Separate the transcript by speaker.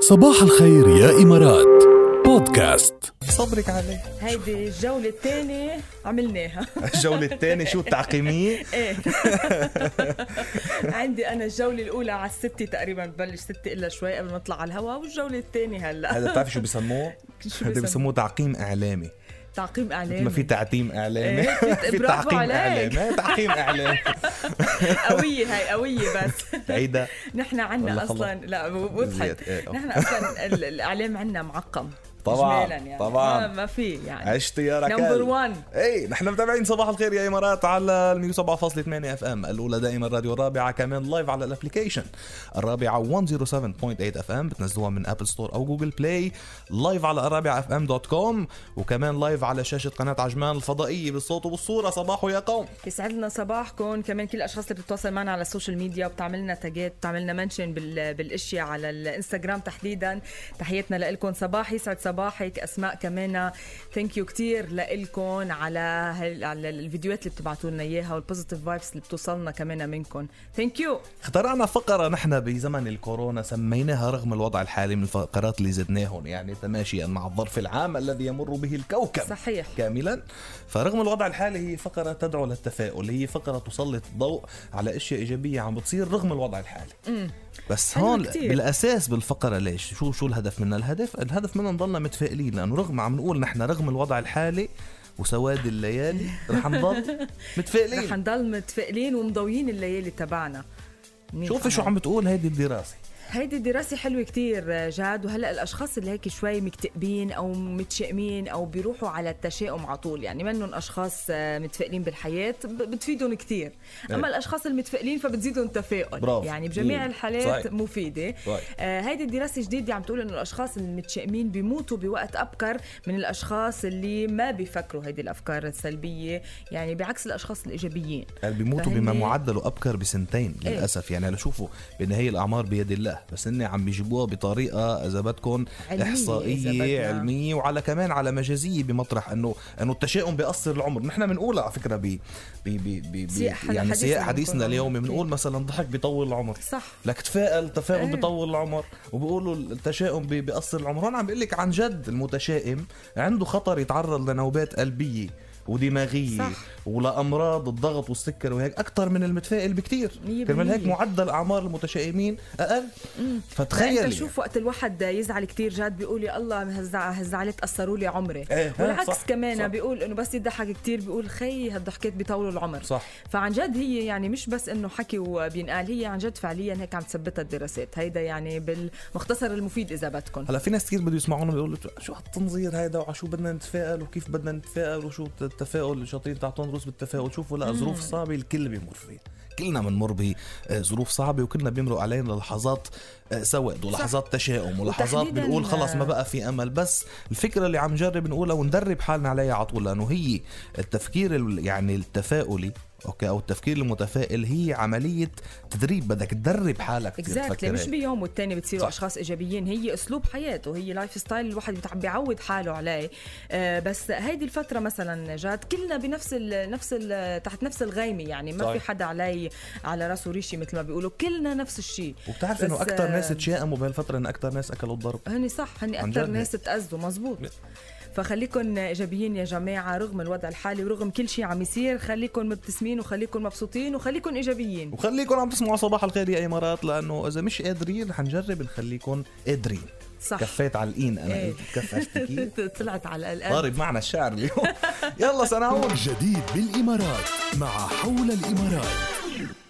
Speaker 1: صباح الخير يا إمارات بودكاست
Speaker 2: صبرك عليه
Speaker 3: هيدي الجولة الثانية عملناها
Speaker 2: الجولة الثانية شو تعقيمية
Speaker 3: ايه عندي أنا الجولة الأولى على الستة تقريبا ببلش ستة إلا شوي قبل ما أطلع على الهواء والجولة الثانية هلا
Speaker 2: هذا بتعرفي شو بسموه؟
Speaker 3: شو
Speaker 2: هذا
Speaker 3: بسموه؟
Speaker 2: بسموه تعقيم إعلامي
Speaker 3: تعقيم إعلامي
Speaker 2: مثل ما في تعتيم إعلامي
Speaker 3: إيه، في-
Speaker 2: في
Speaker 3: برافو
Speaker 2: تعقيم
Speaker 3: عليك.
Speaker 2: إعلامي إيه، تعقيم إعلامي
Speaker 3: قوية هاي قوية بس
Speaker 2: عيدا
Speaker 3: نحن عنا
Speaker 2: والله خلص.
Speaker 3: أصلا لا
Speaker 2: زيادة،
Speaker 3: واضحك
Speaker 2: إيه.
Speaker 3: نحن أصلا ال- الإعلام عنا معقم
Speaker 2: طبعاً،
Speaker 3: إجمالاً يعني.
Speaker 2: طبعاً.
Speaker 3: ما, ما في يعني
Speaker 2: عشت يا ركال
Speaker 3: نمبر 1
Speaker 2: اي إيه، نحن متابعين صباح الخير يا امارات على ال 107.8 اف ام الاولى دائما راديو الرابعه كمان لايف على الابلكيشن الرابعه 107.8 اف ام بتنزلوها من ابل ستور او جوجل بلاي لايف على الرابعه اف ام دوت كوم وكمان لايف على شاشه قناه عجمان الفضائيه بالصوت وبالصوره صباحو يا قوم
Speaker 3: يسعد لنا صباحكم كمان كل الاشخاص اللي بتتواصل معنا على السوشيال ميديا وبتعملنا تاجات بتعملنا منشن بال... بالاشياء على الانستغرام تحديدا تحياتنا لكم صباح يسعد صباحك اسماء كمان ثانك يو كثير لكم على هال... على الفيديوهات اللي بتبعتوا لنا اياها والبوزيتيف فايبس اللي بتوصلنا كمان منكم ثانك يو
Speaker 2: اخترعنا فقرة نحن بزمن الكورونا سميناها رغم الوضع الحالي من الفقرات اللي زدناهم يعني تماشيا مع الظرف العام الذي يمر به الكوكب
Speaker 3: صحيح.
Speaker 2: كاملا فرغم الوضع الحالي هي فقرة تدعو للتفاؤل هي فقرة تسلط الضوء على اشياء ايجابية عم بتصير رغم الوضع الحالي بس
Speaker 3: حلو
Speaker 2: هون
Speaker 3: كتير.
Speaker 2: بالاساس بالفقرة ليش شو شو الهدف منا الهدف الهدف منا نضلنا متفائلين لانه رغم عم نقول نحن رغم الوضع الحالي وسواد الليالي رح نضل
Speaker 3: رح
Speaker 2: متفائلين
Speaker 3: نضل متفائلين ومضويين الليالي تبعنا منيح
Speaker 2: شوفي شو
Speaker 3: أنا.
Speaker 2: عم بتقول هيدي الدراسة
Speaker 3: هيدي الدراسة حلوة كتير جاد وهلا الأشخاص اللي هيك شوي مكتئبين أو متشائمين أو بيروحوا على التشاؤم على طول يعني منهم أشخاص آه، متفائلين بالحياة ب- بتفيدهم كتير أما
Speaker 2: إيه.
Speaker 3: الأشخاص المتفائلين فبتزيدهم التفاؤل
Speaker 2: برافو.
Speaker 3: يعني بجميع
Speaker 2: إيه.
Speaker 3: الحالات
Speaker 2: صحيح.
Speaker 3: مفيدة
Speaker 2: صحيح.
Speaker 3: آه، هيدي الدراسة الجديدة عم تقول إنه الأشخاص المتشائمين بيموتوا بوقت أبكر من الأشخاص اللي ما بيفكروا هيدي الأفكار السلبية يعني بعكس الأشخاص الإيجابيين
Speaker 2: قال يعني بيموتوا بما
Speaker 3: فهن-
Speaker 2: معدله ابكر بسنتين
Speaker 3: إيه.
Speaker 2: للاسف يعني هلا شوفوا بدنا هي الاعمار بيد الله بس هن عم بيجيبوها بطريقه اذا بدكم
Speaker 3: علمية إذا
Speaker 2: احصائيه
Speaker 3: بدنا.
Speaker 2: علميه وعلى كمان على مجازيه بمطرح انه انه التشاؤم بيقصر العمر نحن بنقولها على فكره ب ب ب ب- ب
Speaker 3: سياق حد-
Speaker 2: يعني
Speaker 3: حديثنا
Speaker 2: سياق حديثنا
Speaker 3: بيقول
Speaker 2: اليومي
Speaker 3: عمر.
Speaker 2: بنقول مثلا الضحك بيطول العمر
Speaker 3: صح
Speaker 2: لك تفائل التفاؤل
Speaker 3: إيه.
Speaker 2: بيطول العمر وبيقولوا التشاؤم بي- بيقصر العمر هون عم بقول لك عن جد المتشائم عنده خطر يتعرض لنوبات قلبيه ودماغيه
Speaker 3: صح.
Speaker 2: ولامراض الضغط والسكر وهيك اكثر من المتفائل بكثير
Speaker 3: مية
Speaker 2: كرمال هيك
Speaker 3: بالمية.
Speaker 2: معدل اعمار المتشائمين اقل
Speaker 3: تخيل
Speaker 2: فتخيل
Speaker 3: انت شوف وقت الواحد يزعل كتير جاد بيقول يا الله هالزع- هالزعلات قصروا لي عمري
Speaker 2: إيه، ها،
Speaker 3: والعكس
Speaker 2: صح،
Speaker 3: كمان
Speaker 2: صح.
Speaker 3: بيقول انه بس يضحك كتير بيقول خي هالضحكات بيطولوا العمر
Speaker 2: صح
Speaker 3: فعن جد هي يعني مش بس انه حكي وبينقال هي عن جد فعليا هيك عم تثبتها الدراسات هيدا يعني بالمختصر المفيد اذا بدكم
Speaker 2: هلا في ناس كثير بده يسمعونا بيقولوا شو هالتنظير هيدا وعشو بدنا نتفائل وكيف بدنا نتفائل وشو الت- التفاؤل الشياطين تعطون روس بالتفاؤل شوفوا لا ظروف صعبه الكل بيمر فيها كلنا بنمر بظروف صعبه وكلنا بيمرق علينا لحظات آه، سواد ولحظات تشاؤم ولحظات
Speaker 3: وتحديداً-
Speaker 2: بنقول خلص ما بقى في امل بس الفكره اللي عم نجرب نقولها وندرب حالنا عليها على طول لانه هي التفكير ال- يعني التفاؤلي اوكي او التفكير المتفائل هي عمليه تدريب بدك تدرب حالك كتير
Speaker 3: اكزاكتلي
Speaker 2: تفكر
Speaker 3: مش
Speaker 2: هيك.
Speaker 3: بيوم والتاني بتصيروا
Speaker 2: صح.
Speaker 3: اشخاص ايجابيين هي اسلوب حياته هي لايف ستايل الواحد بتع- بيعود حاله عليه آه بس هيدي الفتره مثلا جات كلنا بنفس ال نفس ال تحت نفس الغيمه يعني ما
Speaker 2: صحيح.
Speaker 3: في حدا علي على راسه ريشي مثل ما بيقولوا كلنا نفس الشيء
Speaker 2: وبتعرف انه
Speaker 3: بس،
Speaker 2: اكثر
Speaker 3: آه،
Speaker 2: ناس تشائموا بهالفتره انه اكثر ناس اكلوا الضرب
Speaker 3: هني صح هني
Speaker 2: عن
Speaker 3: اكثر
Speaker 2: جد
Speaker 3: ناس تاذوا مزبوط فخليكم ايجابيين يا جماعه رغم الوضع الحالي ورغم كل شيء عم يصير خليكم مبتسمين وخليكم مبسوطين وخليكم ايجابيين
Speaker 2: وخليكم عم تسمعوا صباح الخير يا امارات لانه اذا مش قادرين رح نجرب نخليكم قادرين
Speaker 3: صح
Speaker 2: كفيت علقين انا
Speaker 3: إيه.
Speaker 2: قلت كف اشتكي
Speaker 3: طلعت على القلب
Speaker 2: ضارب معنا الشعر اليوم يلا سنعود
Speaker 1: جديد بالإمارات مع حول الإمارات